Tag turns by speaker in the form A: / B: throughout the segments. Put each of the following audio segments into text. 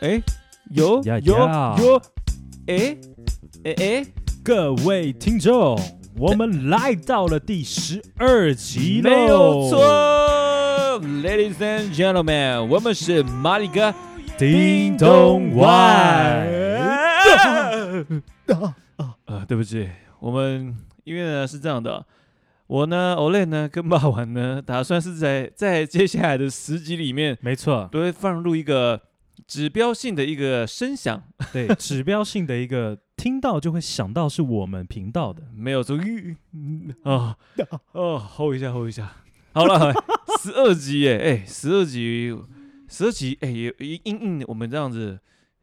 A: 哎，有
B: 呀
A: 有
B: 呀
A: 有，哎哎哎，
B: 各位听众，我们来到了第十二集喽，
A: 没有错，Ladies and gentlemen，我们是马里哥
B: 叮咚外。
A: 啊， 对不起，我们因为呢是这样的，我呢 Olay 呢跟霸王呢，打算是在在接下来的十集里面
B: 没错，
A: 都会放入一个指标性的一个声响，
B: 对，指标性的一个，听到就会想到是我们频道的。
A: 没有错，吁嗯啊哦，吼一下吼一下，好了， 十二集耶，哎，十二集，十二集，哎，也也应应我们这样子，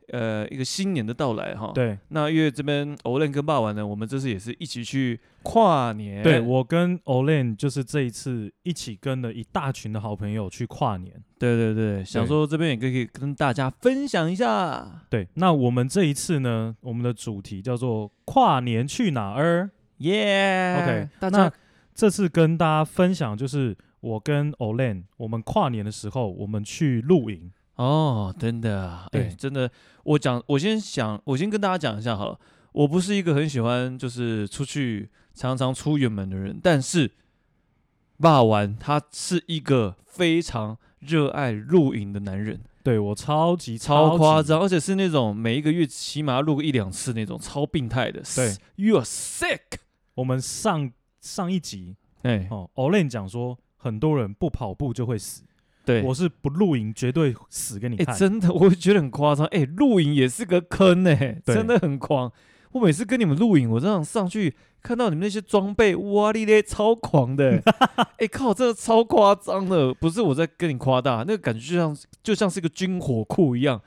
A: 呃，一个新年的到来哈。。
B: 对，
A: 那因为这边 Olen 跟霸王呢，我们这次也是一起去跨年。
B: 对我跟 Olen 就是这一次一起跟了一大群的好朋友去跨年。
A: 对对对，想
B: 对
A: 说这边也可以跟大家分享一下，
B: 对，那我们这一次呢，我们的主题叫做跨年去哪儿？
A: 耶、
B: OK，
A: 大
B: 那
A: 家
B: 这次跟大家分享就是我跟 Olen，我们跨年的时候我们去露营。
A: 哦，真的啊，哎、
B: 对
A: 真的，我讲，我先想，我先跟大家讲一下好了，我不是一个很喜欢就是出去常常出远门的人，但是霸王他是一个非常热爱露营的男人，
B: 对我超级
A: 超夸
B: 级，
A: 张，而且是那种每一个月起码露个一两次那种超病态的，
B: 对
A: ，You are sick，
B: 我们上上一集
A: 哎、
B: 哦，Olen 讲说很多人不跑步就会死，
A: 对，
B: 我是不露营绝对死给你
A: 哎、
B: 看。
A: 真的，我觉得很夸张。哎、露营也是个坑哎、
B: 对
A: 真的很狂。我每次跟你们露营，我这样上去看到你们那些装备，哇哩嘞，超狂的、欸！哎、靠，真的超夸张的，不是我在跟你夸大，那个感觉就像就像是一个军火库一样。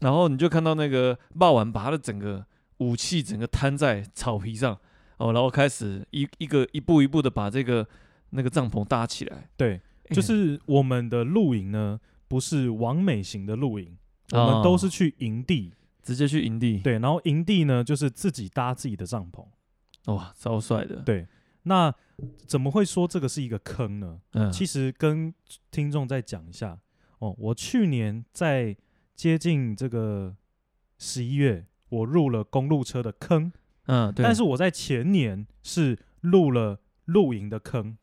A: 然后你就看到那个霸王把他的整个武器整个摊在草皮上，哦，然后开始一一个一步一步的把这个那个帐篷搭起来，
B: 对，就
A: 哎
B: 是我们的露营呢，不是完美型的露营，
A: 哦
B: 我们都是去营地。
A: 直接去营地，，
B: 对，然后营地呢，就是自己搭自己的帐篷。
A: 哇，超帅的，
B: 对，那怎么会说这个是一个坑呢？
A: 嗯，
B: 其实跟听众再讲一下哦，我去年在接近这个十一月，我入了公路车的坑，
A: 嗯，对，
B: 但是我在前年是入了露营的坑。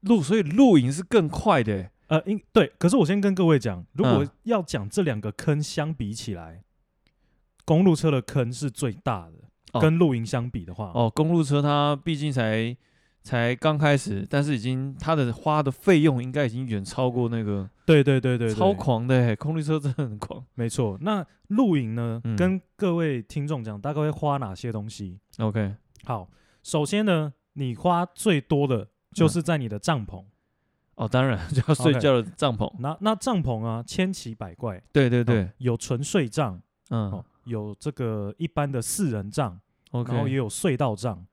A: 露，所以露营是更快的欸。
B: 呃，应对，可是我先跟各位讲，如果
A: 嗯
B: 要讲这两个坑相比起来，公路车的坑是最大的，
A: 哦
B: 跟露营相比的话，
A: 哦，公路车它毕竟才才刚开始，但是已经它的花的费用应该已经远超过那个
B: 对对对对对，
A: 超狂的欸，公路车真的很狂。
B: 没错，那露营呢，
A: 嗯
B: 跟各位听众讲，大概会花哪些东西？
A: OK，
B: 好，首先呢，你花最多的
A: 嗯
B: 就是在你的帐篷。
A: 哦，当然 就要睡
B: OK
A: 觉的帐篷。
B: 那那帐篷啊，千奇百怪。
A: 对对
B: 哦
A: 对，
B: 有纯睡帐，
A: 嗯
B: 哦，有这个一般的四人帐，然后也
A: ，OK。
B: 有隧道帐，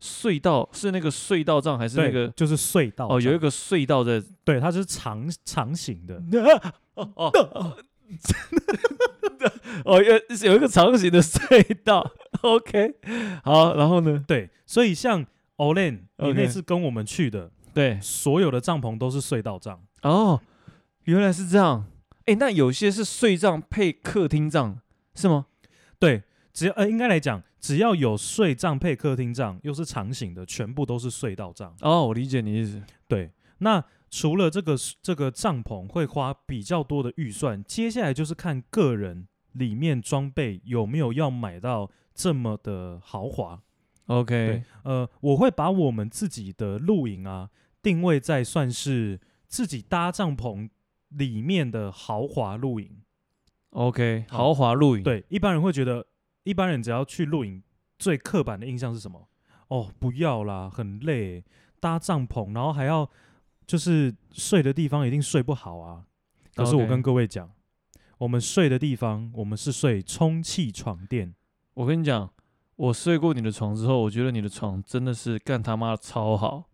A: 隧道是那个隧道帐还是那
B: 对
A: 个？
B: 就是隧道
A: 哦，有一
B: 个
A: 个隧道的。
B: 对，它是长长形的，
A: 哦哦 哦，哦 有有一个长形的隧道。OK，好，然后呢？
B: 对，所以像 Olen，你
A: OK
B: 那次跟我们去的，
A: 对，
B: 所有的帐篷都是隧道帐，
A: 哦，原来是这样。哎，那有些是睡帐配客厅帐是吗？
B: 对，只要呃，应该来讲，只要有睡帐配客厅帐，又是长形的，全部都是隧道帐。
A: 哦，我理解你意思。
B: 对，那除了这个 s- 这个帐篷会花比较多的预算，接下来就是看个人里面装备有没有要买到这么的豪华。
A: OK，
B: 对呃，我会把我们自己的露营啊定位在算是自己搭帐篷里面的豪华露营。
A: ，OK，
B: 好
A: 豪华露营。，
B: 对，一般人会觉得，一般人只要去露营，最刻板的印象是什么？哦，不要啦，很累，搭帐篷，然后还要就是睡的地方一定睡不好啊。可是我
A: OK
B: 跟各位讲我们睡的地方，我们是睡充气床垫，
A: 我跟你讲，我睡过你的床之后，我觉得你的床真的是干他妈的超 好，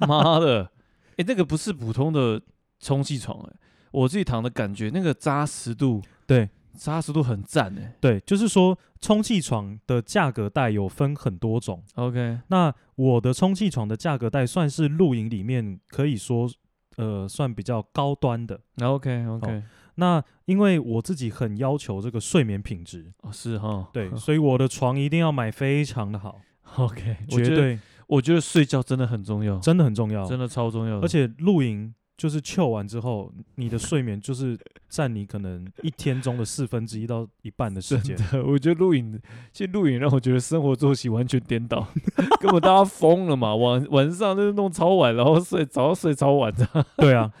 A: 妈的！哎，那个不是普通的充气床、哎，我自己躺的感觉，那个扎实度，
B: 对，
A: 扎实度很赞哎、
B: 对，就是说充气床的价格带有分很多种。
A: OK，
B: 那我的充气床的价格带算是露营里面可以说，呃，算比较高端的。
A: 那 OK，OK，、
B: 那因为我自己很要求这个睡眠品质，
A: 哦，是哈，
B: 对，所以我的床一定要买非常的好，
A: ，OK，我
B: 绝
A: 觉得，
B: 对
A: 我觉得睡觉真的很重要，
B: 真的很重要。
A: 真的超重要的，
B: 而且露营就是秀完之后，你的睡眠就是占你可能一天中的四分之一到一半的时间
A: 真。的，我觉得露营，其实露营让我觉得生活作息完全颠倒， 根本大家疯了嘛，晚晚上就是弄超晚，然后睡，早上睡超晚的，
B: 对啊，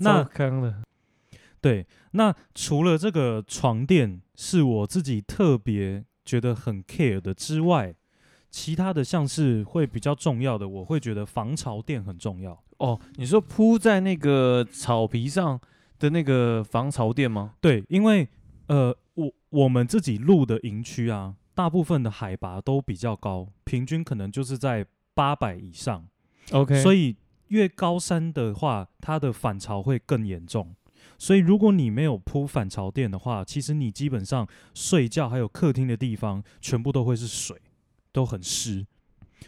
B: 那
A: 超康了，
B: 对，那除了这个床垫是我自己特别觉得很 care 的之外，其他的像是会比较重要的，我会觉得防潮垫很重要。
A: 哦，你说铺在那个草皮上的那个防潮垫吗？
B: 对，因为呃，我我们自己录的营区啊，大部分的海拔都比较高，平均可能就是在八百以上。
A: OK，
B: 所
A: 以
B: 以越高山的话，它的反潮会更严重。所以如果你没有铺反潮垫的话，其实你基本上睡觉还有客厅的地方全部都会是水，都很湿。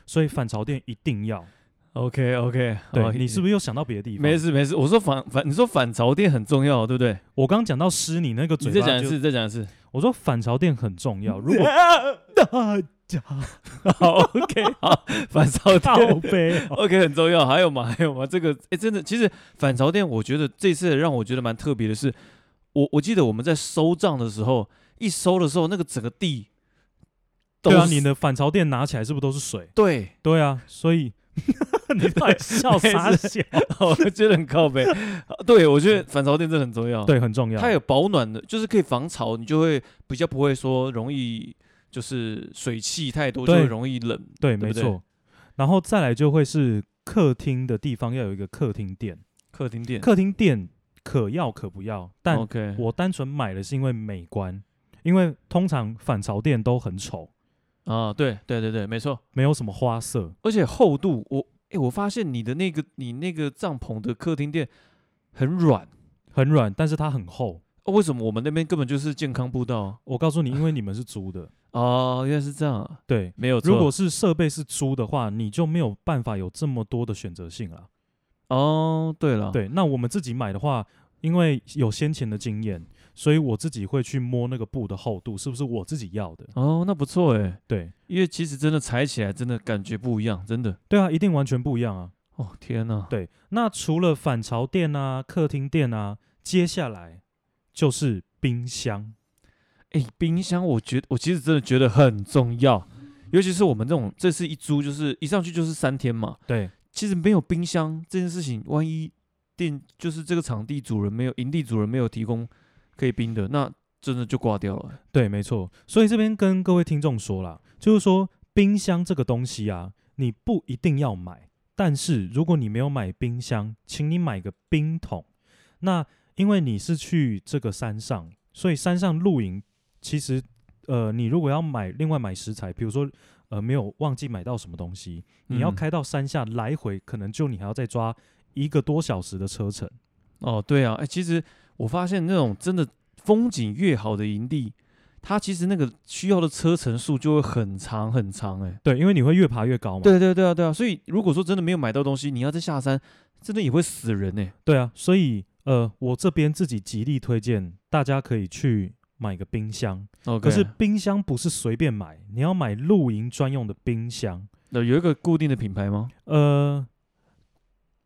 B: 所以反潮垫一定要。
A: OK OK，
B: 对、你是不是又想到别的地方？
A: 哦没，事没事，我说反反，你说反潮垫很重要，对不对？
B: 我刚讲到湿，你那个
A: 你
B: 嘴
A: 再
B: 巴
A: 讲一
B: 就
A: 次，再讲一 次。
B: 我说反潮垫很重要。如果
A: 大家 好 OK 好，反潮
B: 靠
A: 垫
B: 背哦
A: OK 很重要。还有吗？还有吗？这个哎、诶真的，其实反潮垫，我觉得这次让我觉得蛮特别的是，我我记得我们在收账的时候，一收的时候，那个整个地都
B: 对啊，
A: 是
B: 你的反潮垫拿起来是不是都是水？
A: 对，
B: 对啊，所以你到底笑啥
A: 没
B: 笑？
A: 我觉得很靠背。 对，我觉得反潮垫真的很重要。
B: 对，啊很重要。
A: 它有保暖的，就是可以防潮，你就会比较不会说容易就是水汽太多就
B: 对
A: 会容易冷。
B: 对，
A: 对
B: 没
A: 不对
B: 错。然后再来就会是客厅的地方要有一个客厅垫，
A: 客厅垫，
B: 客厅垫可要可不要，但
A: OK，
B: 我单纯买的是因为美观，因为通常反潮垫都很丑，
A: 啊，对对对对，没错。
B: 没有什么花色。
A: 而且厚度，我哎、我发现你的那个你那个帐篷的客厅垫很软、
B: 很软，但是它很厚。
A: 哦为什么我们那边根本就是健康步道啊？
B: 我告诉你，因为你们是 租的，
A: 哦，原来是这样啊，
B: 对。
A: 没有错。
B: 如果是设备是租的话，你就没有办法有这么多的选择性了。
A: 哦，对了，，
B: 对，那我们自己买的话，因为有先前的经验，所以我自己会去摸那个布的厚度是不是我自己要的。
A: 哦，那不错哎、
B: 对，
A: 因为其实真的踩起来真的感觉不一样，真的。
B: 对啊，一定完全不一样啊。
A: 哦，天哪、
B: 对，那除了反潮垫啊、客厅垫啊，接下来就是冰箱。
A: 哎、冰箱，我觉得我其实真的觉得很重要，尤其是我们这种这次一租就是一上去就是三天嘛，
B: 对
A: 其实没有冰箱这件事情，万一店就是这个场地主人没有营地主人没有提供可以冰的，那真的就挂掉了、
B: 对，没错。所以这边跟各位听众说啦，就是说冰箱这个东西啊，你不一定要买，但是如果你没有买冰箱，请你买个冰桶。那因为你是去这个山上，所以山上露营，其实呃，你如果要买另外买食材，比如说呃没有忘记买到什么东西，你要
A: 嗯
B: 开到山下来回，可能就你还要再抓一个多小时的车程。
A: 哦，对啊，哎、其实我发现那种真的风景越好的营地，它其实那个需要的车程数就会很长很长、哎，
B: 对，因为你会越爬越高嘛。
A: 对对对啊对啊，所以如果说真的没有买到东西，你要再下山，真的也会死人哎、
B: 对啊，所以呃，我这边自己极力推荐大家可以去买个冰箱，
A: 哦，
B: 可是冰箱不是随便买，你要买露营专用的冰箱。
A: 那有一个固定的品牌吗？
B: 呃，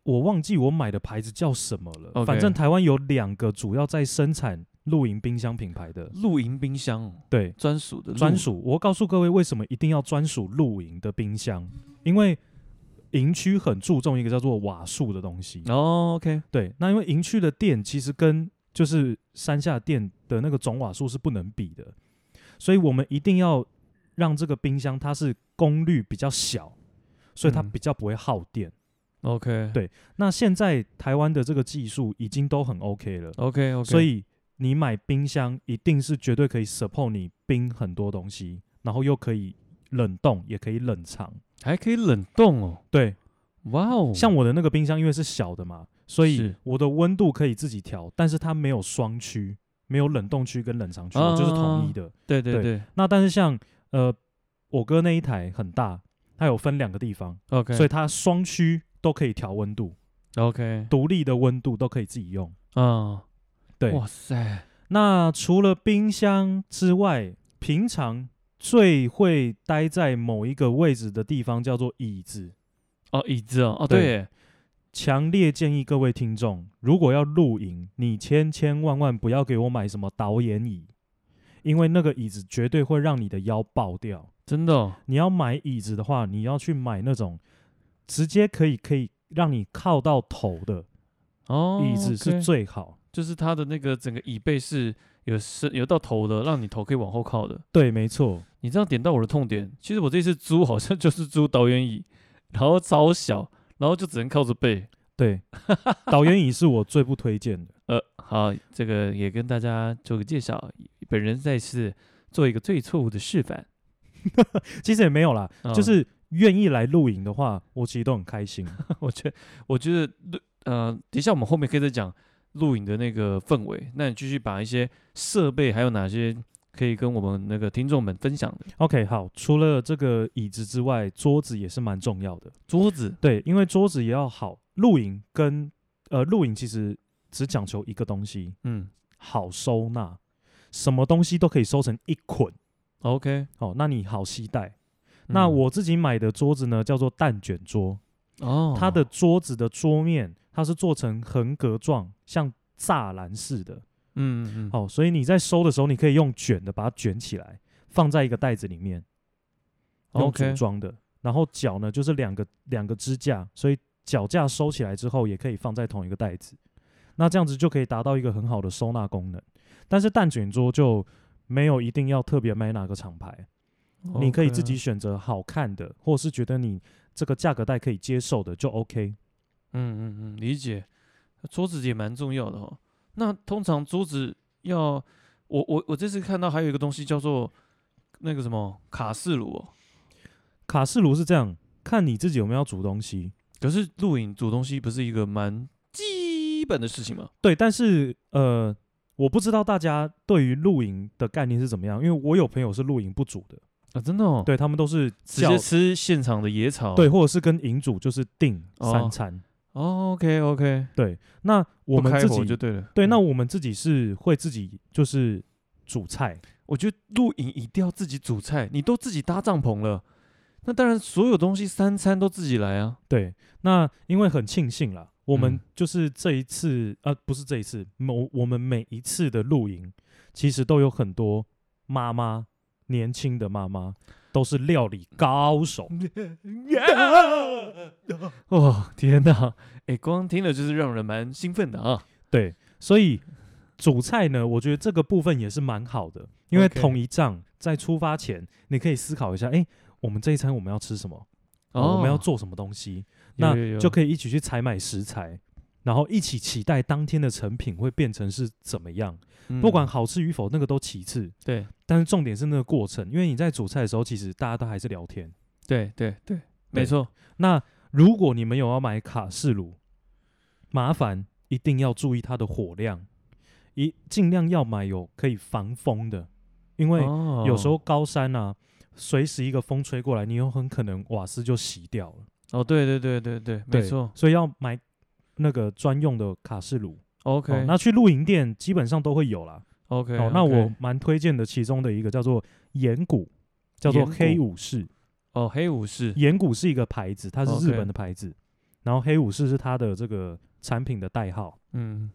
B: 我忘记我买的牌子叫什么了
A: OK
B: 反正台湾有两个主要在生产露营冰箱品牌的，
A: 露营冰箱哦
B: 对，
A: 专属的露
B: 专，属。我告诉各位，为什么一定要专属露营的冰箱？因为营区很注重一个叫做瓦数的东西。
A: 哦，OK，
B: 对，那因为营区的电其实跟就是山下电的那个总瓦数是不能比的，所以我们一定要让这个冰箱它是功率比较小，所以它
A: 嗯
B: 比较不会耗电。
A: OK，
B: 对那现在台湾的这个技术已经都很 OK 了，
A: ，OK OK，
B: 所以你买冰箱一定是绝对可以 support 你冰很多东西，然后又可以冷冻，也可以冷藏。
A: 还可以冷冻哦，
B: 对，
A: 哇哦，
B: 像我的那个冰箱因为是小的嘛，所以
A: 是
B: 我的温度可以自己调，但是它没有双区，没有冷冻区跟冷藏区，我就是统一的。
A: 对对
B: 对
A: 对
B: 那但是像呃我哥那一台很大，它有分两个地方，
A: ，OK，
B: 所以它双区都可以调温度，
A: OK，
B: 独立的温度都可以自己用。
A: 啊，
B: 对，
A: 哇塞，
B: 那除了冰箱之外，平常最会待在某一个位置的地方叫做椅子。
A: 哦，椅子哦，哦，
B: 对
A: 对耶，
B: 强烈建议各位听众，如果要露营，你千千万万不要给我买什么导演椅，因为那个椅子绝对会让你的腰爆掉。
A: 真的哦，
B: 你要买椅子的话，你要去买那种直接可以可以让你靠到头的
A: 哦
B: 椅子是
A: OK
B: 最好。
A: 就是它的那个整个椅背是有伸有到头的，让你头可以往后靠的。
B: 对，没错。
A: 你这样点到我的痛点。其实我这次租好像就是租导演椅，然后超小，然后就只能靠着背。
B: 对，导演椅是我最不推荐的。
A: 呃，好，这个也跟大家做个介绍，本人在是做一个最错误的示范，
B: 其实也没有啦，
A: 嗯
B: 就是愿意来露营的话，我其实都很开心。
A: 我觉得我觉得露呃，等一下我们后面可以再讲录影的那个氛围。那你继续把一些设备还有哪些可以跟我们那个听众们分享的
B: OK，好，除了这个椅子之外，桌子也是蛮重要的。
A: 桌子
B: 对，因为桌子也要好。露营跟呃，露营其实只讲求一个东西，
A: 嗯
B: 好收纳，什么东西都可以收成一捆。
A: ，OK，
B: 哦，那你好携带。那
A: 嗯
B: 我自己买的桌子呢，叫做蛋卷桌。
A: 哦，
B: 它的桌子的桌面，它是做成横格状，像栅栏似的。
A: 嗯嗯嗯
B: 哦，所以你在收的时候，你可以用卷的把它卷起来，放在一个袋子里面，用
A: OK
B: 组装的。然后脚呢，就是两个两个支架，所以脚架收起来之后，也可以放在同一个袋子。那这样子就可以达到一个很好的收纳功能。但是蛋卷桌就没有一定要特别买哪个厂牌，你可以自己
A: OK
B: 选择好看的，或是觉得你这个价格带可以接受的就 OK。
A: 嗯嗯嗯，理解。桌子也蛮重要的哦。那通常桌子要，我我我这次看到还有一个东西叫做那个什么卡式炉哦。
B: 卡式炉是这样，看你自己有没有要煮东西。
A: 可是录影煮东西不是一个蛮基本的事情吗？
B: 对，但是呃，我不知道大家对于露营的概念是怎么样，因为我有朋友是露营不煮的，
A: 啊，真的哦，，
B: 对他们都是
A: 直
B: 叫
A: 接吃现场的野草。
B: 对，或者是跟营主就是订
A: 哦
B: 三餐。
A: 哦，OK OK，
B: 对，那我们自己
A: 就对了。
B: 对，那
A: 嗯
B: 我们自己是会自己就是煮菜，
A: 我觉得露营一定要自己煮菜，你都自己搭帐篷了，那当然所有东西三餐都自己来啊。
B: 对，那因为很庆幸啦，我
A: 嗯
B: 们就是这一次，呃，不是这一次，某我们每一次的露营，其实都有很多妈妈，年轻的妈妈都是料理高手。
A: 哦，天哪！哎，光听了就是让人蛮兴奋的啊。
B: 对，所以主菜呢，我觉得这个部分也是蛮好的，因为
A: OK
B: 同一仗在出发前，你可以思考一下，哎、我们这一餐我们要吃什么？哦我
A: 哦
B: 们要做什么东西？
A: 有，
B: 那就可以一起去采买食材，然后一起期待当天的成品会变成是怎么样。
A: 以
B: 不管好吃与否，那个都其次，
A: 嗯对
B: 但是重点是那个过程，因为你在煮菜的时候，其实大家都还是聊天。
A: 对对对，没错。
B: 那如果你们有要买卡式炉，麻烦一定要注意它的火量，一尽量要买有可以防风的，因为
A: 哦
B: 有时候高山啊，随时一个风吹过来，你有很可能瓦斯就熄掉了。
A: 哦，对对对对对，没
B: 对
A: 错。
B: 所以要买那个专用的卡式炉。
A: OK，
B: 哦那去露营店基本上都会有啦。
A: OK，
B: 哦，那
A: OK
B: 我蛮推荐的，其中的一个叫做岩谷，叫做
A: 岩谷
B: 黑武士。
A: 哦，黑武士
B: 岩谷是一个牌子，它是
A: OK
B: 日本的牌子然后黑武士是它的这个产品的代号。
A: 嗯，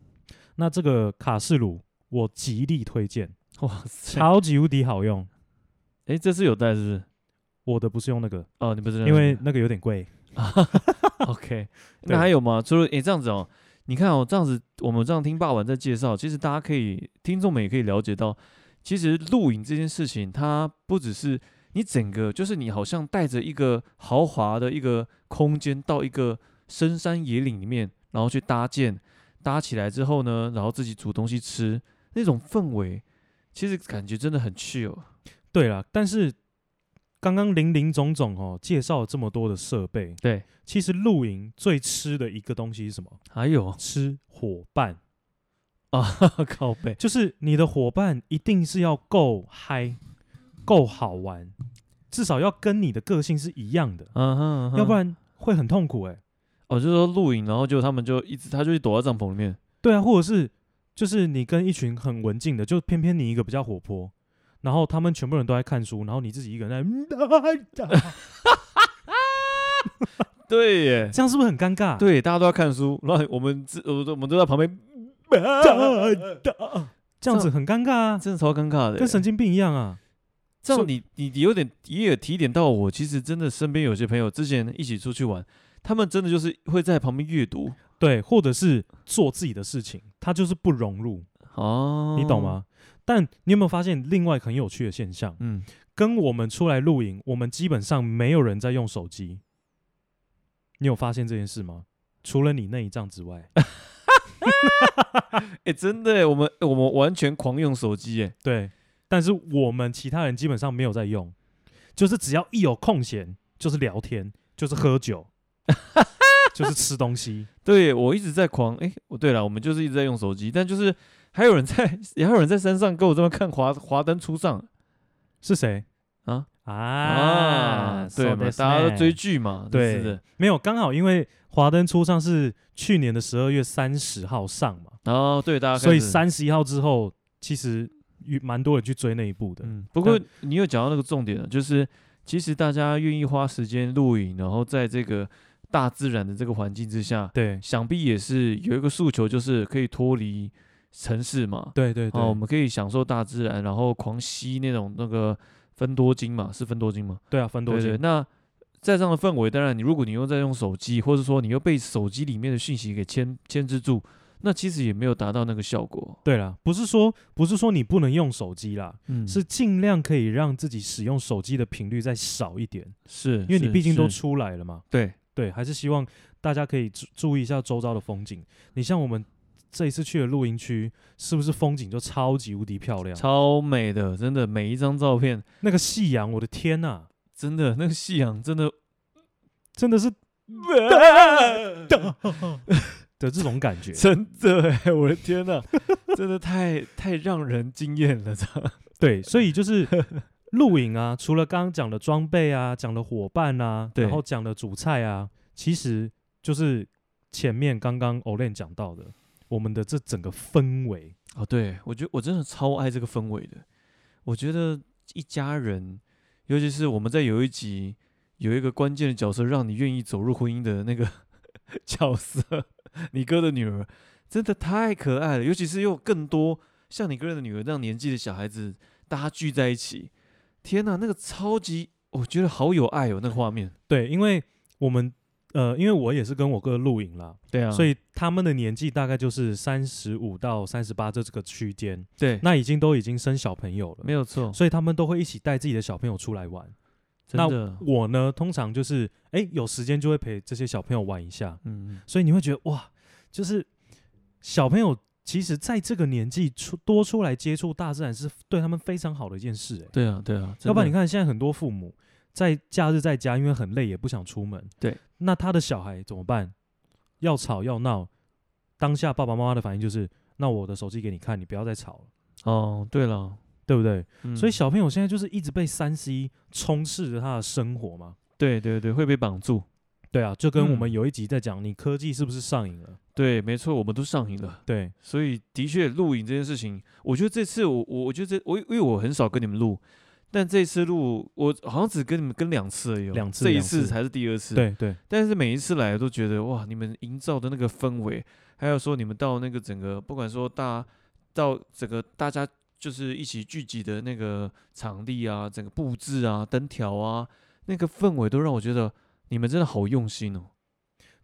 B: 那这个卡式炉我极力推荐，
A: 哇塞，
B: 超级无敌好用。
A: 哎，这次有带是不是？
B: 我的不是用那个，
A: 哦，你不知道，
B: 因为那个有点贵。
A: OK，
B: 对
A: 那还有吗？除了诶这样子哦，你看哦，这样子我们这样听霸王在介绍，其实大家可以听众们也可以了解到，其实露营这件事情，它不只是你整个，就是你好像带着一个豪华的一个空间到一个深山野岭里面，然后去搭建，搭起来之后呢，然后自己煮东西吃，那种氛围，其实感觉真的很 chill。
B: 对啦，但是刚刚零零总总哦，介绍了这么多的设备，
A: 对，
B: 其实露营最吃的一个东西是什么？
A: 还有
B: 吃伙伴，
A: 啊， 靠背，
B: 就是你的伙伴一定是要够嗨、够好玩，至少要跟你的个性是一样的，
A: 嗯哼，嗯哼
B: 要不然会很痛苦哎、
A: 哦，就是说露营，然后就他们就一直，他就去躲在帐篷里面。
B: 对啊，或者是就是你跟一群很文静的，就偏偏你一个比较活泼，然后他们全部人都在看书，然后你自己一个人在嗯
A: 对耶，
B: 这样是不是很尴尬？
A: 对，大家都要看书，然后我们自我都我们都在旁边，
B: 啊这样子很尴尬啊，
A: 真的超尴尬的耶。
B: 跟神经病一样啊。
A: 这
B: 所
A: 样你你你有点也有提点到我，其实真的身边有些朋友之前一起出去玩，他们真的就是会在旁边阅读
B: 对，或者是做自己的事情，他就是不融入，
A: 哦，
B: 你懂？吗？但你有没有发现另外一个很有趣的现象？
A: 嗯，
B: 跟我们出来露营，我们基本上没有人在用手机。你有发现这件事吗？除了你那一仗之外，
A: 哎、真的耶，我们诶我们完全狂用手机，哎，
B: 对，但是我们其他人基本上没有在用，就是只要一有空闲，就是聊天，就是 喝酒，就是吃东西。
A: 对我一直在狂，哎、我对了，我们就是一直在用手机，但就是还有人在， 也还有人在山上跟我这么看华华灯初上
B: 是谁
A: 啊
B: 啊
A: 对嘛，大家都追剧嘛，
B: 对
A: 是的，
B: 没有，刚好因为《华灯初上》是去年的十二月三十号上嘛，
A: 然后哦对大家开
B: 所以
A: 始
B: 三十一号之后，其实也蛮多人去追那一部的。
A: 嗯，不过
B: 但
A: 你有讲到那个重点了，就是其实大家愿意花时间露营，然后在这个大自然的这个环境之下，
B: 对，
A: 想必也是有一个诉求，就是可以脱离城市嘛。
B: 对对对，
A: 哦，我们可以享受大自然，然后狂吸那种那个芬多精嘛，是芬多精嘛？
B: 对啊，分多
A: 对对。
B: 金，
A: 那在这样的氛围，当然你如果你又在用手机，或者说你又被手机里面的讯息给牵牵制住，那其实也没有达到那个效果。
B: 对啦，不是说不是说你不能用手机啦，
A: 嗯，
B: 是尽量可以让自己使用手机的频率再少一点，
A: 是，
B: 因为你
A: 是
B: 毕竟都
A: 是
B: 出来了嘛。
A: 对，
B: 对，还是希望大家可以注注意一下周遭的风景。你像我们这一次去的露营区，是不是风景就超级无敌漂亮？
A: 超美的，真的，每一张照片，
B: 那个夕阳，我的天呐、
A: 真的那个夕阳，真的，
B: 真的是 的这种感觉，
A: 真的欸，我的天呐，真的太太让人惊艳了，这样，
B: 对，所 以就是露营啊，除了刚刚讲的装备啊，讲的伙伴啊，
A: 对
B: 然后讲的主菜啊，其实就是前面刚刚 Olen 讲到的，我们的这整个氛围，
A: 哦，对我觉得我真的超爱这个氛围的，我觉得一家人，尤其是我们在有一集有一个关键的角色，让你愿意走入婚姻的那个 角色， 你哥的女儿，真的太可爱了，尤其是又更多像你哥的女儿那样年纪的小孩子，大家聚在一起，天呐，那个超级，我觉得好有爱哦，那个画面。
B: 对，因为我们呃，因为我也是跟我哥露营啦，
A: 对啊
B: 所以他们的年纪大概就是三十五到三十八这这个区间，
A: 对，
B: 那已经都已经生小朋友了，
A: 没有错，
B: 所以他们都会一起带自己的小朋友出来玩。
A: 真的，
B: 我呢，通常就是哎、有时间就会陪这些小朋友玩一下，
A: 嗯，
B: 所以你会觉得哇，就是小朋友其实在这个年纪出多出来接触大自然是对他们非常好的一件事、哎，
A: 对啊，对啊，
B: 要不然你
A: 看，
B: 看现在很多父母在假日在家，因为很累也不想出门，
A: 对，
B: 那他的小孩怎么办？要吵要闹，当下爸爸妈妈的反应就是，那我的手机给你看，你不要再吵了，
A: 哦，对了，
B: 对不对？
A: 嗯
B: 所以小朋友现在就是一直被三 C 充斥着他的生活嘛。
A: 对对对，会被绑住，
B: 对啊，就跟我们
A: 嗯
B: 有一集在讲，你科技是不是上瘾了？
A: 对，没错，我们都上瘾了，
B: 对，
A: 所以的确录影这件事情，我觉得这次我我我觉得这我因为我很少跟你们录，但这次录我好像只跟你们跟两次而已哦，
B: 两次
A: 这一
B: 两
A: 次
B: 次
A: 才是第二次，，
B: 对对
A: 但是每一次来都觉得哇，你们营造的那个氛围，还有说你们到那个整个，不管说大到整个大家就是一起聚集的那个场地啊，整个布置啊、灯条啊，那个氛围都让我觉得你们真的好用心哦。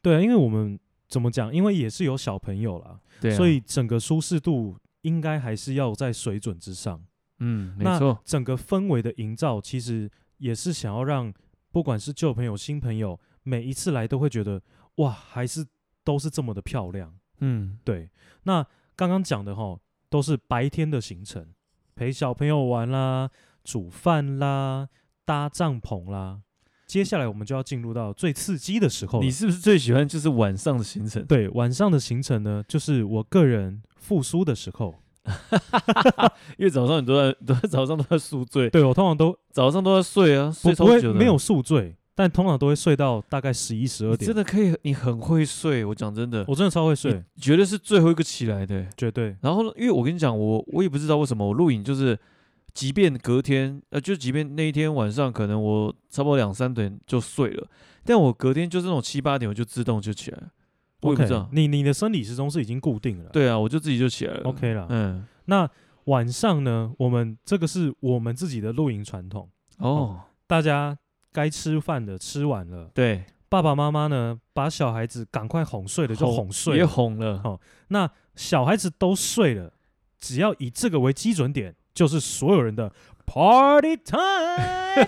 B: 对啊，因为我们怎么讲？因为也是有小朋友啦，
A: 对啊
B: 所以整个舒适度应该还是要在水准之上。
A: 嗯，没
B: 那
A: 错，
B: 整个氛围的营造，其实也是想要让不管是旧朋友、新朋友，每一次来都会觉得哇，还是都是这么的漂亮。
A: 嗯，
B: 对，那刚刚讲的哈，都是白天的行程，陪小朋友玩啦，煮饭啦，搭帐篷啦。接下来我们就要进入到最刺激的时候了
A: 你。是不是最喜欢就是晚上的行程？
B: 哦对，晚上的行程呢，就是我个人复苏的时候。
A: 因为早上你都在都在早上都在宿醉，
B: 对我通常都
A: 早上都在睡啊，
B: 不
A: 睡
B: 不
A: 超
B: 会
A: 久的。
B: 没有宿醉，但通常都会睡到大概十一、十二
A: 你
B: 点
A: 真。的可以，你很会睡。我讲真的，
B: 我真的超会睡
A: 你，绝对是最后一个起来的欸、
B: 绝对。
A: 然后呢，因为我跟你讲，我我也不知道为什么我录影就是，即便隔天，呃，就即便那一天晚上可能我差不多两三点就睡了，但我隔天就是那种七八点我就自动就起来了，我也不知
B: OK，
A: 道。
B: 你你的生理时钟是已经固定了。
A: 对啊，我就自己就起来了。
B: ，OK 啦。
A: 嗯，
B: 那晚上呢，我们这个是我们自己的露营传统，
A: 哦，
B: 大家该吃饭的吃完了，
A: 对，
B: 爸爸妈妈呢把小孩子赶快哄睡了就哄睡
A: 也
B: 了
A: 哄了
B: 好。那小孩子都睡了，只要以这个为基准点，就是所有人的 party time 。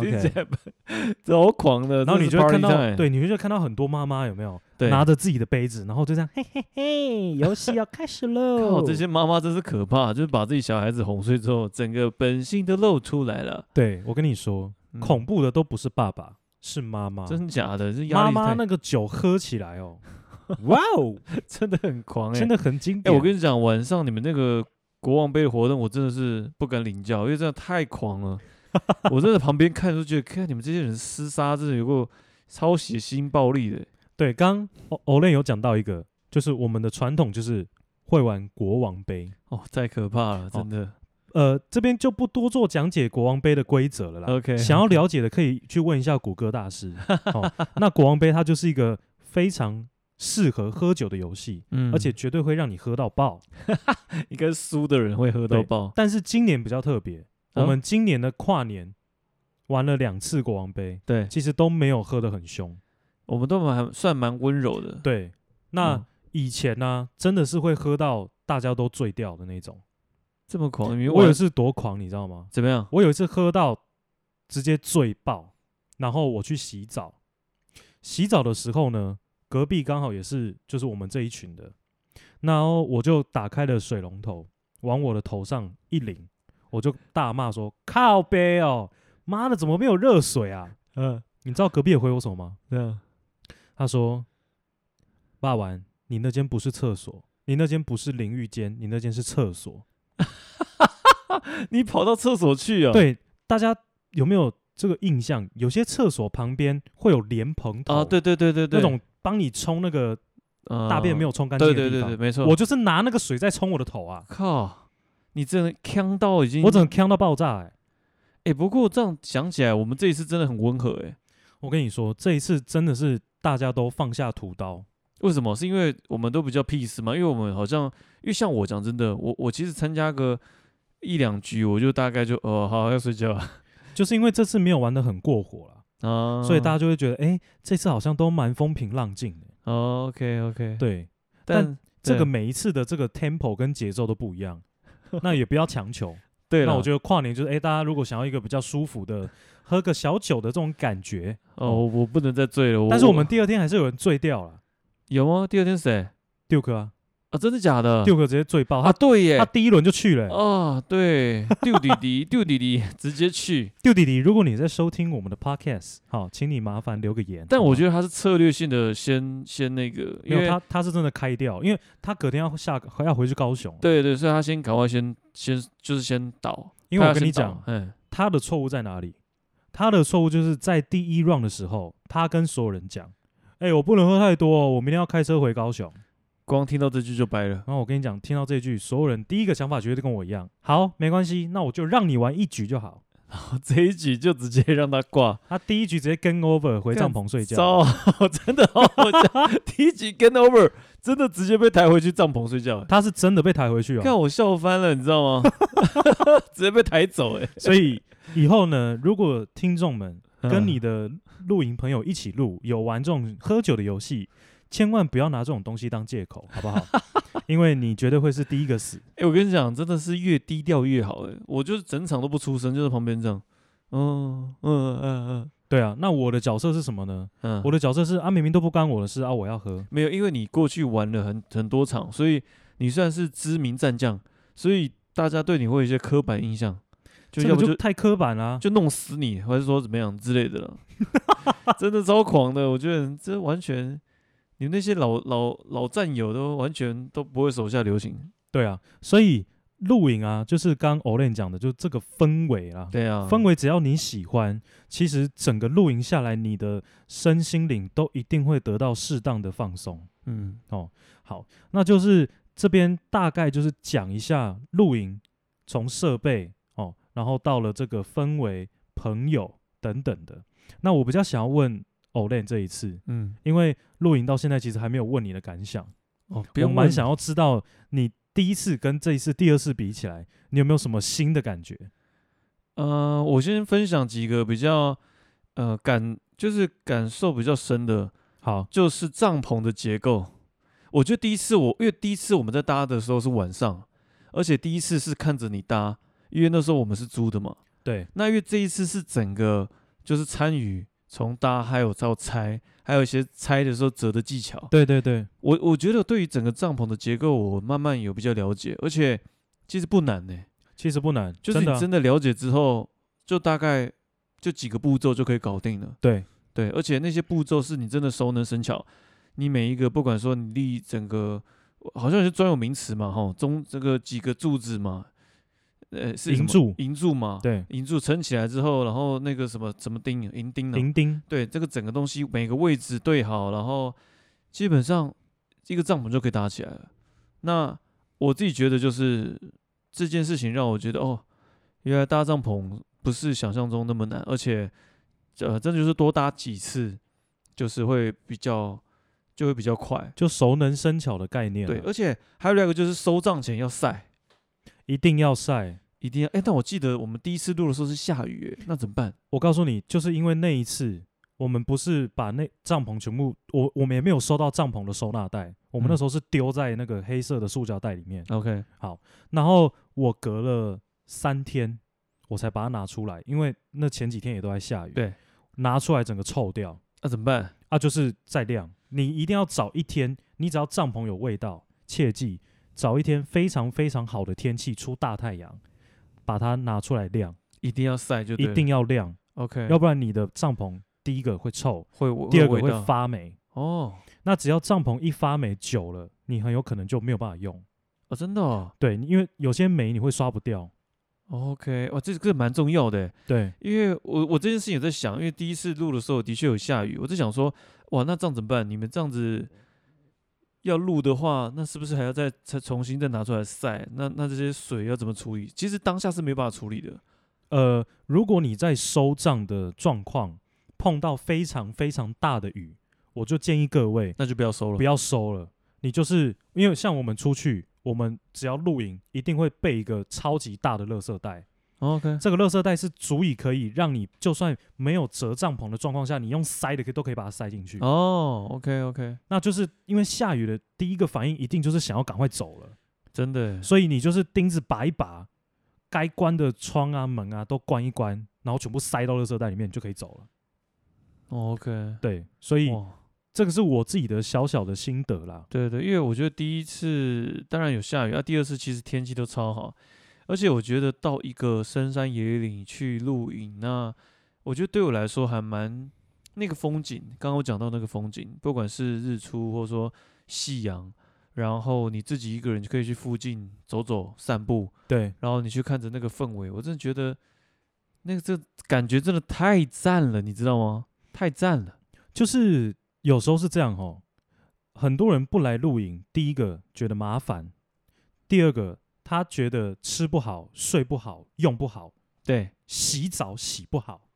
A: 听起
B: OK，
A: 来这好狂的。
B: 然后你
A: 这
B: 就是会看
A: party time
B: 到，对，你就会看到很多妈妈有没有
A: 对，
B: 拿着自己的杯子，然后就这样，嘿嘿嘿，游戏要开始喽
A: 靠，。这些妈妈真是可怕，就是把自己小孩子哄睡之后，整个本性都露出来了。
B: 对我跟你说，
A: 嗯
B: 恐怖的都不是爸爸，是妈妈。
A: 真假的，这压
B: 妈
A: 力
B: 妈
A: 太
B: 那个酒喝起来 哦，哇哦，
A: 真的很狂哎、
B: 真的很经
A: 哎、
B: 典。
A: 我跟你讲，晚上你们那个国王杯的活动，我真的是不敢领教，因为真的太狂 了。我真的旁边看都觉得，看你们这些人厮杀，真的有个超血腥暴力的。
B: 对，刚欧欧练有讲到一个，就是我们的传统就是会玩国王杯。
A: 哦，太可怕了，真的。
B: 呃，这边就不多做讲解国王杯的规则了啦。
A: OK，
B: 想要了解的可以去问一下谷歌 大师。哦，那国王杯它就是一个非常适合喝酒的游戏，
A: 嗯
B: 而且绝对会让你喝到爆。
A: 应该输的人会喝到
B: 对
A: 爆。
B: 但是今年比较特别，
A: 哦
B: 我们今年的跨年玩了两次国王杯，
A: 对，
B: 其实都没有喝得很凶。
A: 我们都蛮算蛮温柔的。
B: 对，那、
A: 嗯
B: 以前呢、真的是会喝到大家都醉掉的那种。
A: 这么狂，你们
B: 我有
A: 玩
B: 一次多狂，你知道吗？
A: 怎么 样？
B: 我有一次喝到直接醉爆，然后我去洗澡，洗澡的时候呢，隔壁刚好也是就是我们这一群的，然后我就打开了水龙头，往我的头上一淋，我就大骂说：“靠背哦，妈的，怎么没有热水啊
A: 嗯，？”
B: 你知道隔壁也回我什么吗？
A: 这样
B: 他说：“爸玩，你那间不是厕所，你那间不是淋浴间，你那间是厕所。”
A: 你跑到厕所去啊？，
B: 对，大家有没有这个印象？有些厕所旁边会有莲蓬头
A: 啊，对对对对对，
B: 哦那种帮你冲那个大便没有冲干
A: 嗯
B: 净
A: 对对
B: 的地
A: 对对，
B: 方。
A: 没错。
B: 我就是拿那个水在冲我的头啊，
A: 靠，你真的呛到已经
B: 我整个呛到爆炸哎、
A: 哎、不过这样想起来，我们这一次真的很温和哎、
B: 我跟你说，这一次真的是大家都放下屠刀，
A: 为什么？是因为我们都比较 peace 嘛？因为我们好像，因为像我讲真的，我我其实参加个一两局，我就大概就哦好要睡觉啊，
B: 就是因为这次没有玩的很过火了，
A: 啊
B: 所以大家就会觉得，哎、这次好像都蛮风平浪静的。
A: 哦 OK OK，
B: 对，
A: 但
B: 这个
A: 对
B: 每一次的这个 tempo 跟节奏都不一样，那也不要强求。
A: 对
B: 那
A: 了，
B: 我觉得跨年就是，哎、大家如果想要一个比较舒服的，喝个小酒的这种感觉，
A: 哦我我不能再醉了，
B: 但是我们第二天还是有人醉掉了，
A: 有吗？第二天谁
B: 六哥啊，
A: 啊？真的假的？
B: 六哥直接醉爆，
A: 啊
B: 他
A: 对
B: 他
A: 耶。
B: 第一轮就去了、
A: 啊，对，丢弟弟，丢弟弟，直接去。
B: 六弟弟，如果你在收听我们的 podcast，好，请你麻烦留个言。
A: 但我
B: 得
A: 觉得他是策略性的先先那个，因
B: 没有
A: 为
B: 他，他是真的开掉，因为他隔天要下要回去高雄。，
A: 对对，所以他先赶快先先就是先倒，
B: 因为
A: 他
B: 我
A: 要
B: 跟
A: 先
B: 你讲
A: 倒，嗯，
B: 他的错误在哪里？他的错误就是在第一 round 的时候，他跟所有人讲：“哎、我不能喝太多、哦，我明天要开车回高雄。”
A: 光听到这句就掰了。
B: 然后我跟你讲，听到这句，所有人第一个想法绝对跟我一样。好，没关系，那我就让你玩一局就好。
A: 这一局就直接让他挂，
B: 他第一局直接跟 over 回帐篷睡 觉。
A: 糟，真的哦，我 讲第一局 get over，真的直接被抬回去帐篷睡觉，
B: 他是真的被抬回去
A: 看
B: 哦。
A: 我笑翻了，你知道吗？ 直接被抬走，哎，
B: 所以以后呢，如果听众们跟你
A: 嗯
B: 的露营朋友一起录，有玩这种喝酒的游戏，千万不要拿这种东西当借口，好不 好？因为你绝对会是第一个死。
A: 哎，我跟你讲，真的是越低调越好，哎，我就是整场都不出声，就在旁边这样，嗯嗯嗯嗯
B: 对啊，那我的角色是什么呢？
A: 嗯，
B: 我的角色是啊，明明都不干我的事啊，我要喝。
A: 没有，因为你过去玩了很很多场，所以你算是知名战将，所以大家对你会有一些刻板印象，就
B: 这
A: 要不
B: 个
A: 就
B: 就太刻板啊啦、
A: 就弄死你，还是说怎么样之类的了。 真的超狂的，我觉得这完全，你们那些老老老战友都完全都不会手下留情。
B: 对啊，所以露营啊，就是刚 Olen 讲的，就这个氛围啦。
A: 对啊，
B: 氛围只要你喜欢，其实整个露营下来，你的身心灵都一定会得到适当的放松。
A: 嗯，
B: 好，那就是这边大概就是讲一下露营，从设备哦，然后到了这个氛围、朋友等等的。那我比较想要问 Olen 这一次，
A: 嗯，
B: 因为露营到现在其实还没有问你的感想，
A: 哦，不
B: 我
A: 用
B: 蛮
A: 问
B: 想要知道你第一次跟这一次、第二次比起来，你有没有什么新的感觉？
A: 呃，我先分享几个比较呃感就是感受比较深的，
B: 好，
A: 就是帐篷的结构。我觉得第一次我因为第一次我们在搭的时候是晚上，而且第一次是看着你搭，因为那时候我们是租的嘛。
B: 对，
A: 那因为这一次是整个就是参与从搭还有到拆，还有一些拆的时候折的技巧。
B: 对对对，
A: 我我觉得对于整个帐篷的结构，我慢慢有比较了解，而且其实不难呢、
B: 其实不难，
A: 就是
B: 真的啊
A: 你真的了解之后，就大概就几个步骤就可以搞定了。
B: 对
A: 对，而且那些步骤是你真的熟能生巧，你每一个不管说你立整个，呃好像是专有名词嘛，吼，中这个几个柱子嘛，呃，是什
B: 银
A: 么
B: 柱
A: 银柱嘛，
B: 对，
A: 银柱撑起来之后，然后那个什么怎么钉，银钉呢？
B: 银钉，
A: 对，这个整个东西每个位置对好，然后基本上一个帐篷就可以搭起来了。那我自己觉得就是这件事情让我觉得哦，原来搭帐篷不是想象中那么难，而且呃，真的就是多搭几次，就是会比较就会比较快。
B: 就熟能生巧的概念啊，
A: 对，而且还有另外一个就是收帐前要晒，
B: 一定要晒。
A: 一定要。哎，但我记得我们第一次录的时候是下雨，哎那怎么办？
B: 我告诉你，就是因为那一次，我们不是把那帐篷全部，我我们也没有收到帐篷的收纳袋，我们
A: 嗯
B: 那时候是丢在那个黑色的塑胶袋里面。
A: OK，
B: 然后我隔了三天，我才把它拿出来，因为那前几天也都在下雨，
A: 对，
B: 拿出来整个臭掉
A: 那、怎么办？
B: 啊，就是再晾。你一定要找一天，你只要帐篷有味道，切记找一天非常非常好的天气出大太阳，把它拿出来晾，
A: 一定要晒就对
B: 一
A: 了
B: 定要晾，
A: OK，
B: 要不然你的帐篷第一个会臭，
A: 会
B: 第二个
A: 味
B: 会
A: 道
B: 发霉。
A: 哦
B: 那只要帐篷一发霉久了，你很有可能就没有办法用。
A: 哦，真的哦。
B: 对，啊因为有些霉你会刷不掉。
A: OK，哇，这这蛮重要的欸，
B: 对，
A: 因为我我这件事情也在想，因为第一次录的时候的确有下雨，我在想说，哇，那这样怎么办？你们这样子要录的话，那是不是还要再再重新再拿出来晒？那那这些水要怎么处理？其实当下是没办法处理的。
B: 呃，如果你在收账的状况碰到非常非常大的雨，我就建议各位
A: 那就不要收了。
B: 不要收了。你就是因为像我们出去，我们只要露营，一定会备一个超级大的垃圾袋。
A: 哦 OK，
B: 这个垃圾袋是足以可以让你就算没有折帐篷的状况下，你用塞的可以都可以把它塞进去。
A: 哦，OK OK，
B: 那就是因为下雨的第一个反应一定就是想要赶快走了，
A: 真的欸，
B: 所以你就是钉子拔一拔，该关的窗啊门啊都关一关，然后全部塞到垃圾袋里面，你就可以走了。
A: 哦 OK，
B: 对，所以
A: 哇，
B: 这个是我自己的小小的心得啦。
A: 对对，因为我觉得第一次当然有下雨，啊，第二次其实天气都超好，而且我觉得到一个深山野岭去露营，那我觉得对我来说还蛮那个风景，刚刚我讲到那个风景，不管是日出或者说夕阳，然后你自己一个人就可以去附近走走散步，
B: 对，
A: 然后你去看着那个氛围，我真的觉得那个这感觉真的太赞了，你知道吗？太赞了，
B: 就是有时候是这样哦，很多人不来露营，第一个觉得麻烦，第二个他觉得吃不好、睡不好、用不好，
A: 对，
B: 洗澡洗不好。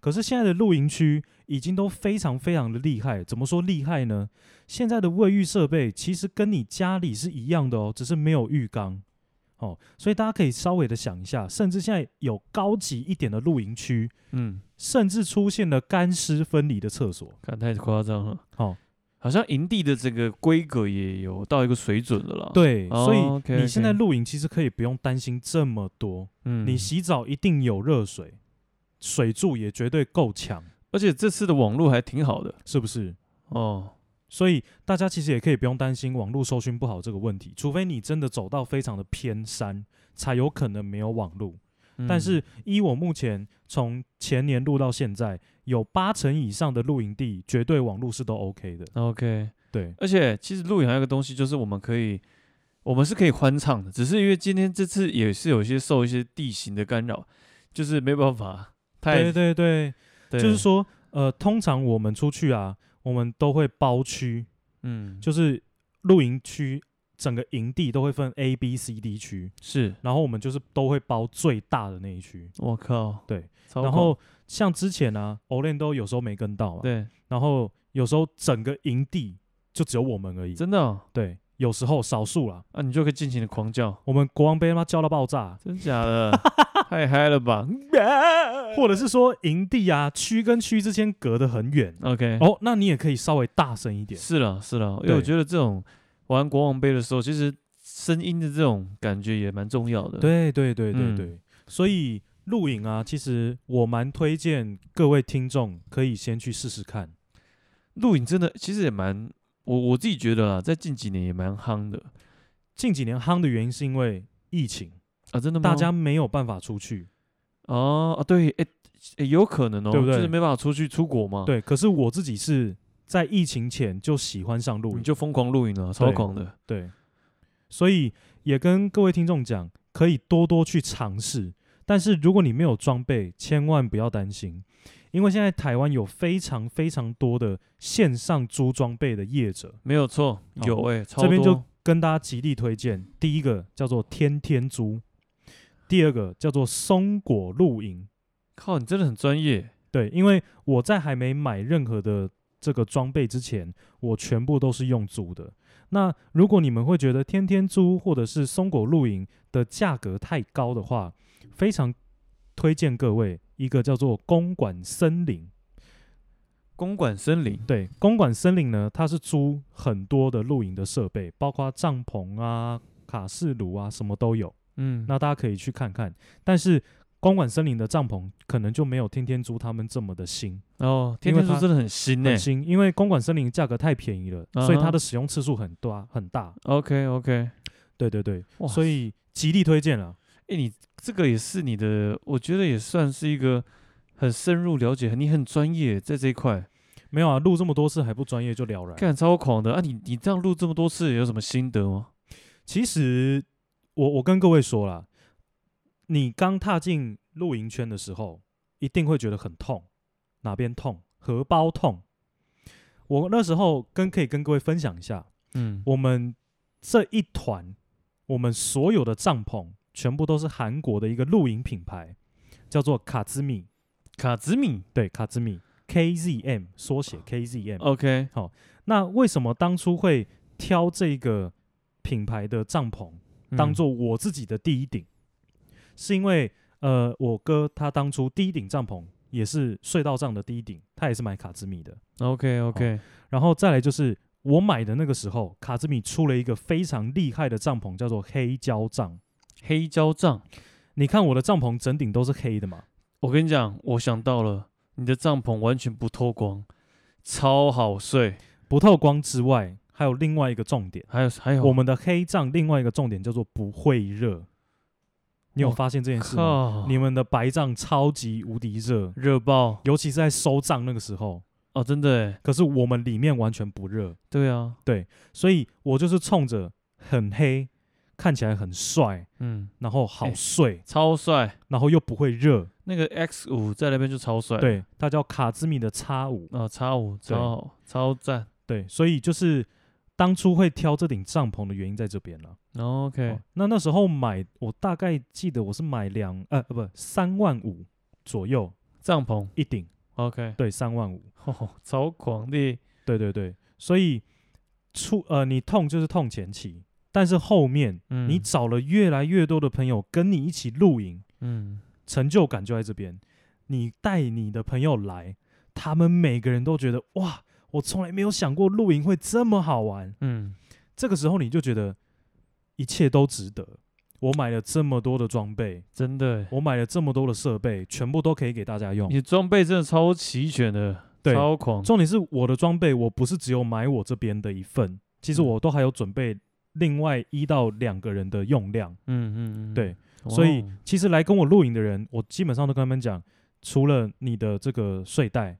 B: 可是现在的露营区已经都非常非常的厉害，怎么说厉害呢？现在的卫浴设备其实跟你家里是一样的哦，只是没有浴缸哦，所以大家可以稍微的想一下，甚至现在有高级一点的露营区，
A: 嗯，
B: 甚至出现了干湿分离的厕所。
A: 看太夸张了。
B: 哦，
A: 好像营地的这个规格也有到一个水准了啦。，
B: 对，
A: 哦
B: 所以
A: OK，OK
B: 你现在露营其实可以不用担心这么多，
A: 嗯
B: 你洗澡一定有热水，水柱也绝对够强，
A: 而且这次的网络还挺好的
B: 是不是？
A: 哦。
B: 所以大家其实也可以不用担心网络搜寻不好这个问题，除非你真的走到非常的偏山，才有可能没有网络。
A: 嗯
B: 但是依我目前从前年录到现在，有八成以上的露营地绝对网络是都 OK 的。
A: OK，
B: 对
A: 而且其实露营还有一个东西，就是我们可以我们是可以欢唱的，只是因为今天这次也是有一些受一些地形的干扰，就是没办法太
B: 对对对，
A: 对
B: 就是说，呃，通常我们出去啊，我们都会包区，
A: 嗯，就
B: 就是露营区，整个营地都会分 A、B、C、D 区，
A: 是
B: 然后我们就是都会包最大的那一区。
A: 我靠，
B: 对，
A: 超
B: 然
A: 恐
B: 后像之前呢、啊、，Olen 都有时候没跟到嘛，
A: 对，
B: 然后有时候整个营地就只有我们而已，
A: 真的哦、
B: 对，有时候少数啦，
A: 啊，你就可以尽情的狂叫，
B: 我们国王杯他妈叫到爆炸，啊
A: 真假 的，太嗨了吧嗯
B: 或者是说营地啊区跟区之间隔得很远，
A: ？OK，
B: 哦，那你也可以稍微大声一点，
A: 是了是了，因为我
B: 对
A: 觉得这种玩国王杯的时候，其实声音的这种感觉也蛮重要的。，
B: 对对对对
A: 嗯
B: 对，所以露营啊，其实我蛮推荐各位听众可以先去试试看，
A: 录影真的其实也蛮，我我自己觉得啦，在近几年也蛮夯的
B: 近几年夯的原因是因为疫情，
A: 啊，真的吗？
B: 大家没有办法出去，
A: 哦啊，对，哎、诶有可能哦，
B: 对不对
A: 就是没办法出去出国嘛，，
B: 对，可是我自己是在疫情前就喜欢上露
A: 你嗯
B: 营，
A: 就疯狂露营了，超
B: 对
A: 狂的，
B: 对，所以也跟各位听众讲，可以多多去尝试。但是如果你没有装备，千万不要担心，因为现在台湾有非常非常多的线上租装备的业者，
A: 没有错，有哎、超
B: 这边就
A: 多
B: 跟大家极力推荐。第一个叫做天天租，第二个叫做松果露营。
A: 靠，你真的很专业，
B: 对，因为我在还没买任何的这个装备之前，我全部都是用租的。那如果你们会觉得天天租或者是松果露营的价格太高的话，非常推荐各位一个叫做公馆森林。
A: 公馆森林
B: 对，公馆森林呢，它是租很多的露营的设备，包括帐篷啊、卡式炉啊，什么都有。
A: 嗯，
B: 那大家可以去看看。但是公馆森林的帐篷可能就没有天天租他们这么的新。
A: 哦，天
B: 因
A: 天
B: 为
A: 说
B: 它
A: 真的很新呢、
B: 很新，因为公馆森林价格太便宜了，所以
A: 嗯
B: 它
A: 哼
B: 的使用次数很大很大。
A: OK OK，
B: 对对对，
A: 哇
B: 所以极力推荐了。
A: 哎、你这个也是你的，我觉得也算是一个很深入了解，你很专业在这一块，
B: 没有啊，录这么多次还不专业就了然。
A: 干超狂的啊你！你这样录这么多次，有什么心得吗？
B: 其实我我跟各位说啦，你刚踏进露营圈的时候，一定会觉得很痛，哪边痛？荷包痛。我那时候跟可以跟各位分享一下，
A: 嗯，
B: 我们这一团，我们所有的帐篷全部都是韩国的一个露营品牌，叫做卡兹米。
A: 卡子米
B: 对，卡兹米 KZM 缩写 KZM。
A: ，OK，
B: 那为什么当初会挑这个品牌的帐篷当
A: 嗯
B: 做我自己的第一顶？是因为呃，我哥他当初第一顶帐篷也是隧道帐的第一顶，他也是买卡兹米的。
A: OK OK，
B: 然后再来就是我买的那个时候，卡兹米出了一个非常厉害的帐篷，叫做黑胶帐。
A: 黑胶帐，
B: 你看我的帐篷整顶都是黑的嘛，
A: 我跟你讲，我想到了，你的帐篷完全不透光，超好睡，
B: 不透光之外，还有另外一个重点。
A: 还有还有，
B: 我们的黑帐另外一个重点叫做不会热。你有
A: 我
B: 发现这件事吗？
A: 靠，
B: 你们的白帐超级无敌热，
A: 热爆
B: 尤其是在收帐那个时候。
A: 哦，真的耶，
B: 可是我们里面完全不热，
A: 对啊，
B: 所以我就是冲着很黑，看起来很帅，
A: 嗯，
B: 然后好
A: 哎
B: 睡，
A: 超帅，
B: 然后又不会热。
A: 那个 X 五在那边就超帅，，
B: 对，它叫卡兹米的叉五。
A: 啊，叉五
B: 对
A: 超好，超赞
B: 对，所以就是当初会挑这顶帐篷的原因在这边了。
A: ，OK，
B: 哦那那时候买，我大概记得我是买两呃不三万五左右
A: 帐篷
B: 一顶，
A: OK，
B: 对，三万五，
A: 哦， 超狂的，
B: 对对对，所以出呃你痛就是痛前期，但是后面、
A: 嗯，
B: 你找了越来越多的朋友跟你一起露营，
A: 嗯，
B: 成就感就在这边。你带你的朋友来，他们每个人都觉得哇，我从来没有想过露营会这么好玩。
A: 嗯，
B: 这个时候你就觉得一切都值得。我买了这么多的装备，
A: 真的耶，欸
B: 我买了这么多的设备，全部都可以给大家用
A: 你。的装备真的超齐全的，
B: 对
A: 超狂，
B: 重点是我的装备，我不是只有买我这边的一份，其实
A: 嗯
B: 我都还有准备另外一到两个人的用量。
A: 嗯嗯嗯，
B: 对，
A: 哇哦，
B: 所以其实来跟我露营的人，我基本上都跟他们讲，除了你的这个睡袋，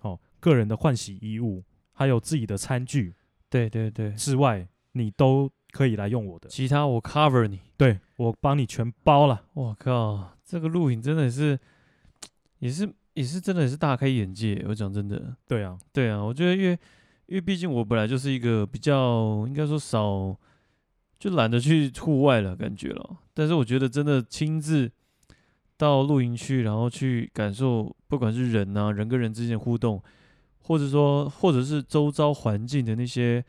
B: 哦，个人的换洗衣物，还有自己的餐具
A: 对对对，
B: 之外，你都可以来用我的，
A: 其他我 cover 你。
B: 对我帮你全包了。
A: 我靠，这个录影真的是，也是也是真的是大开眼界。欸我讲真的，
B: 对啊，
A: 对啊，我觉得因为因为毕竟我本来就是一个比较应该说少，就懒得去户外了感觉了。但是我觉得真的亲自到露营区，然后去感受，不管是人啊，人跟人之间的互动，或者说或者是周遭环境的那些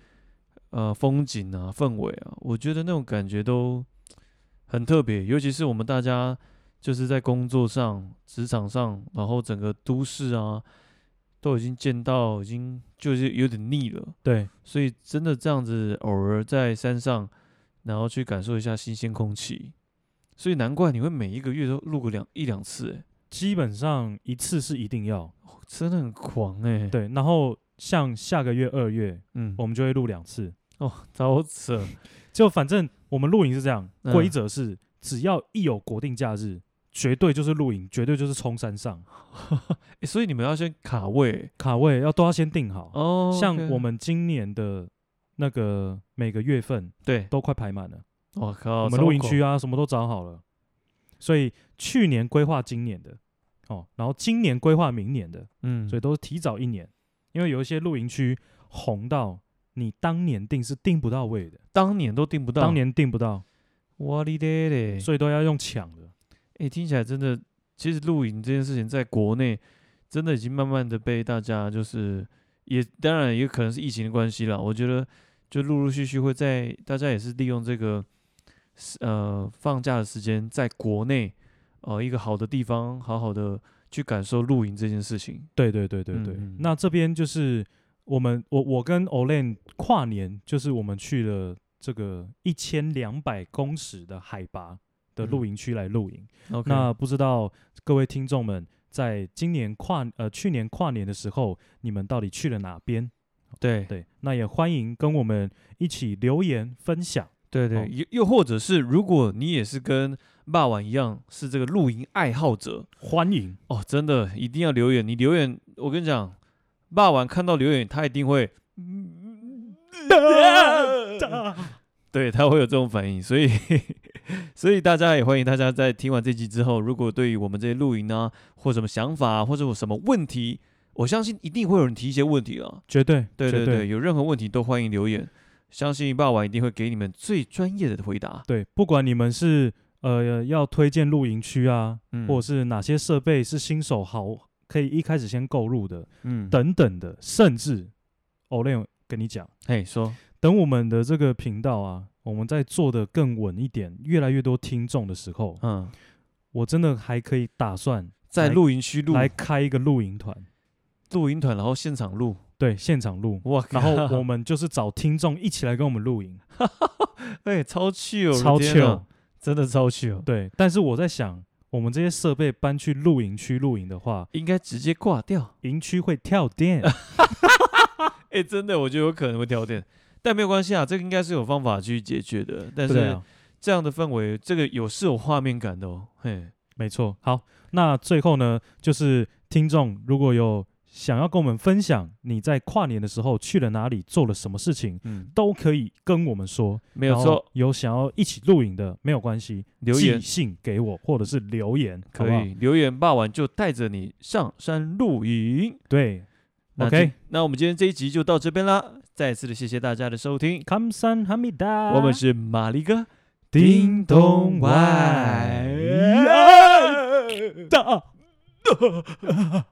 A: 呃风景啊、氛围啊，我觉得那种感觉都很特别。尤其是我们大家就是在工作上、职场上，然后整个都市啊。都已经见到，已经就是有点腻了，
B: 对，
A: 所以真的这样子偶尔在山上，然后去感受一下新鲜空气，所以难怪你会每一个月都录个两一两次、欸，
B: 基本上一次是一定要。
A: 真的很狂哎、欸。，
B: 对，然后像下个月二月，
A: 嗯，
B: 我们就会录两次。
A: 哦，超扯，
B: 就反正我们露营是这样，
A: 嗯
B: 规则是、只要一有国定假日，绝对就是露营，绝对就是冲山上，
A: 欸所以你们要先卡位欸
B: 卡位要都要先定好。
A: 哦
B: 像
A: OK
B: 我们今年的那个每个月份
A: 对，
B: 都快排满了，
A: 我靠，
B: 我们露营
A: 超
B: 区
A: 狂
B: 啊什么都找好了，所以去年规划今年的，哦，然后今年规划明年的，
A: 嗯，
B: 所以都是提早一年，因为有一些露营区红到你当年定是定不到位的，
A: 当年都订不到，
B: 当年定不到，
A: 哇哩咧嘞，
B: 所以都要用抢的。
A: 哎、听起来真的，其实露营这件事情在国内真的已经慢慢的被大家就是也当然也可能是疫情的关系啦，我觉得就陆陆续续会在大家也是利用这个时呃放假的时间，在国内呃一个好的地方，好好的去感受露营这件事情。
B: 对对对对对，
A: 嗯嗯
B: 那这边就是我们我我跟 Olen 跨年，就是我们去了这个一千两百公尺的海拔的露营区来露营。
A: 嗯 OK，
B: 那不知道各位听众们在今年跨呃去年跨年的时候，你们到底去了哪边？
A: 对
B: 对，那也欢迎跟我们一起留言分享。
A: 对对
B: 哦，
A: 又、又或者是如果你也是跟霸王一样是这个露营爱好者，
B: 欢迎，
A: 哦，真的一定要留言，你留言，我跟你讲，霸王看到留言，他一定 会，对他会有这种反应，所以所以大家也欢迎大家在听完这集之后，如果对于我们这些露营啊，或什么想法、啊，或者有什么问题，我相信一定会有人提一些问题啊。
B: 绝对，
A: 对对
B: 绝
A: 对，有任何问题都欢迎留言，相信霸王一定会给你们最专业的回答。
B: 对，不管你们是呃要推荐露营区啊，
A: 嗯
B: 或者是哪些设备是新手好可以一开始先购入的，
A: 嗯，
B: 等等的，甚至 Olen 跟你讲，
A: 嘿，说，
B: 等我们的这个频道啊，我们在做的更稳一点，越来越多听众的时候，
A: 嗯，
B: 我真的还可以打算
A: 在
B: 来
A: 露营区录
B: 来开一个露营团，
A: 露营团，然后现场录，
B: 对，现场录。
A: 哇，
B: 然后我们就是找听众一起来跟我们露营，
A: 哎、超 chill，
B: 超
A: 我的天
B: chill
A: 啊。真的超 chill，
B: 对，但是我在想，我们这些设备搬去露营区露营的话，
A: 应该直接挂掉。
B: 营区会 跳电。
A: 哎、真的，我觉得有可能会跳电，但没有关系啊，这个应该是有方法去解决的。但
B: 对
A: 是
B: 啊，
A: 这样的氛围，这个有是有画面感的哦。嘿，
B: 没错。好，那最后呢，就是听众如果有想要跟我们分享你在跨年的时候去了哪里，做了什么事情，
A: 嗯，
B: 都可以跟我们说。
A: 没有
B: 然后
A: 错，
B: 有想要一起录影的，没有关系，
A: 留言
B: 寄信给我，或者是留言，
A: 可
B: 好不好
A: 以留言霸完就带着你上山露营。
B: 对
A: 那今
B: ，OK，
A: 那我们今天这一集就到这边啦，再次的谢谢大家的收听，
B: 康山哈密达，
A: 我们是马力哥，
B: 叮咚外。
A: 叮咚外
B: 大。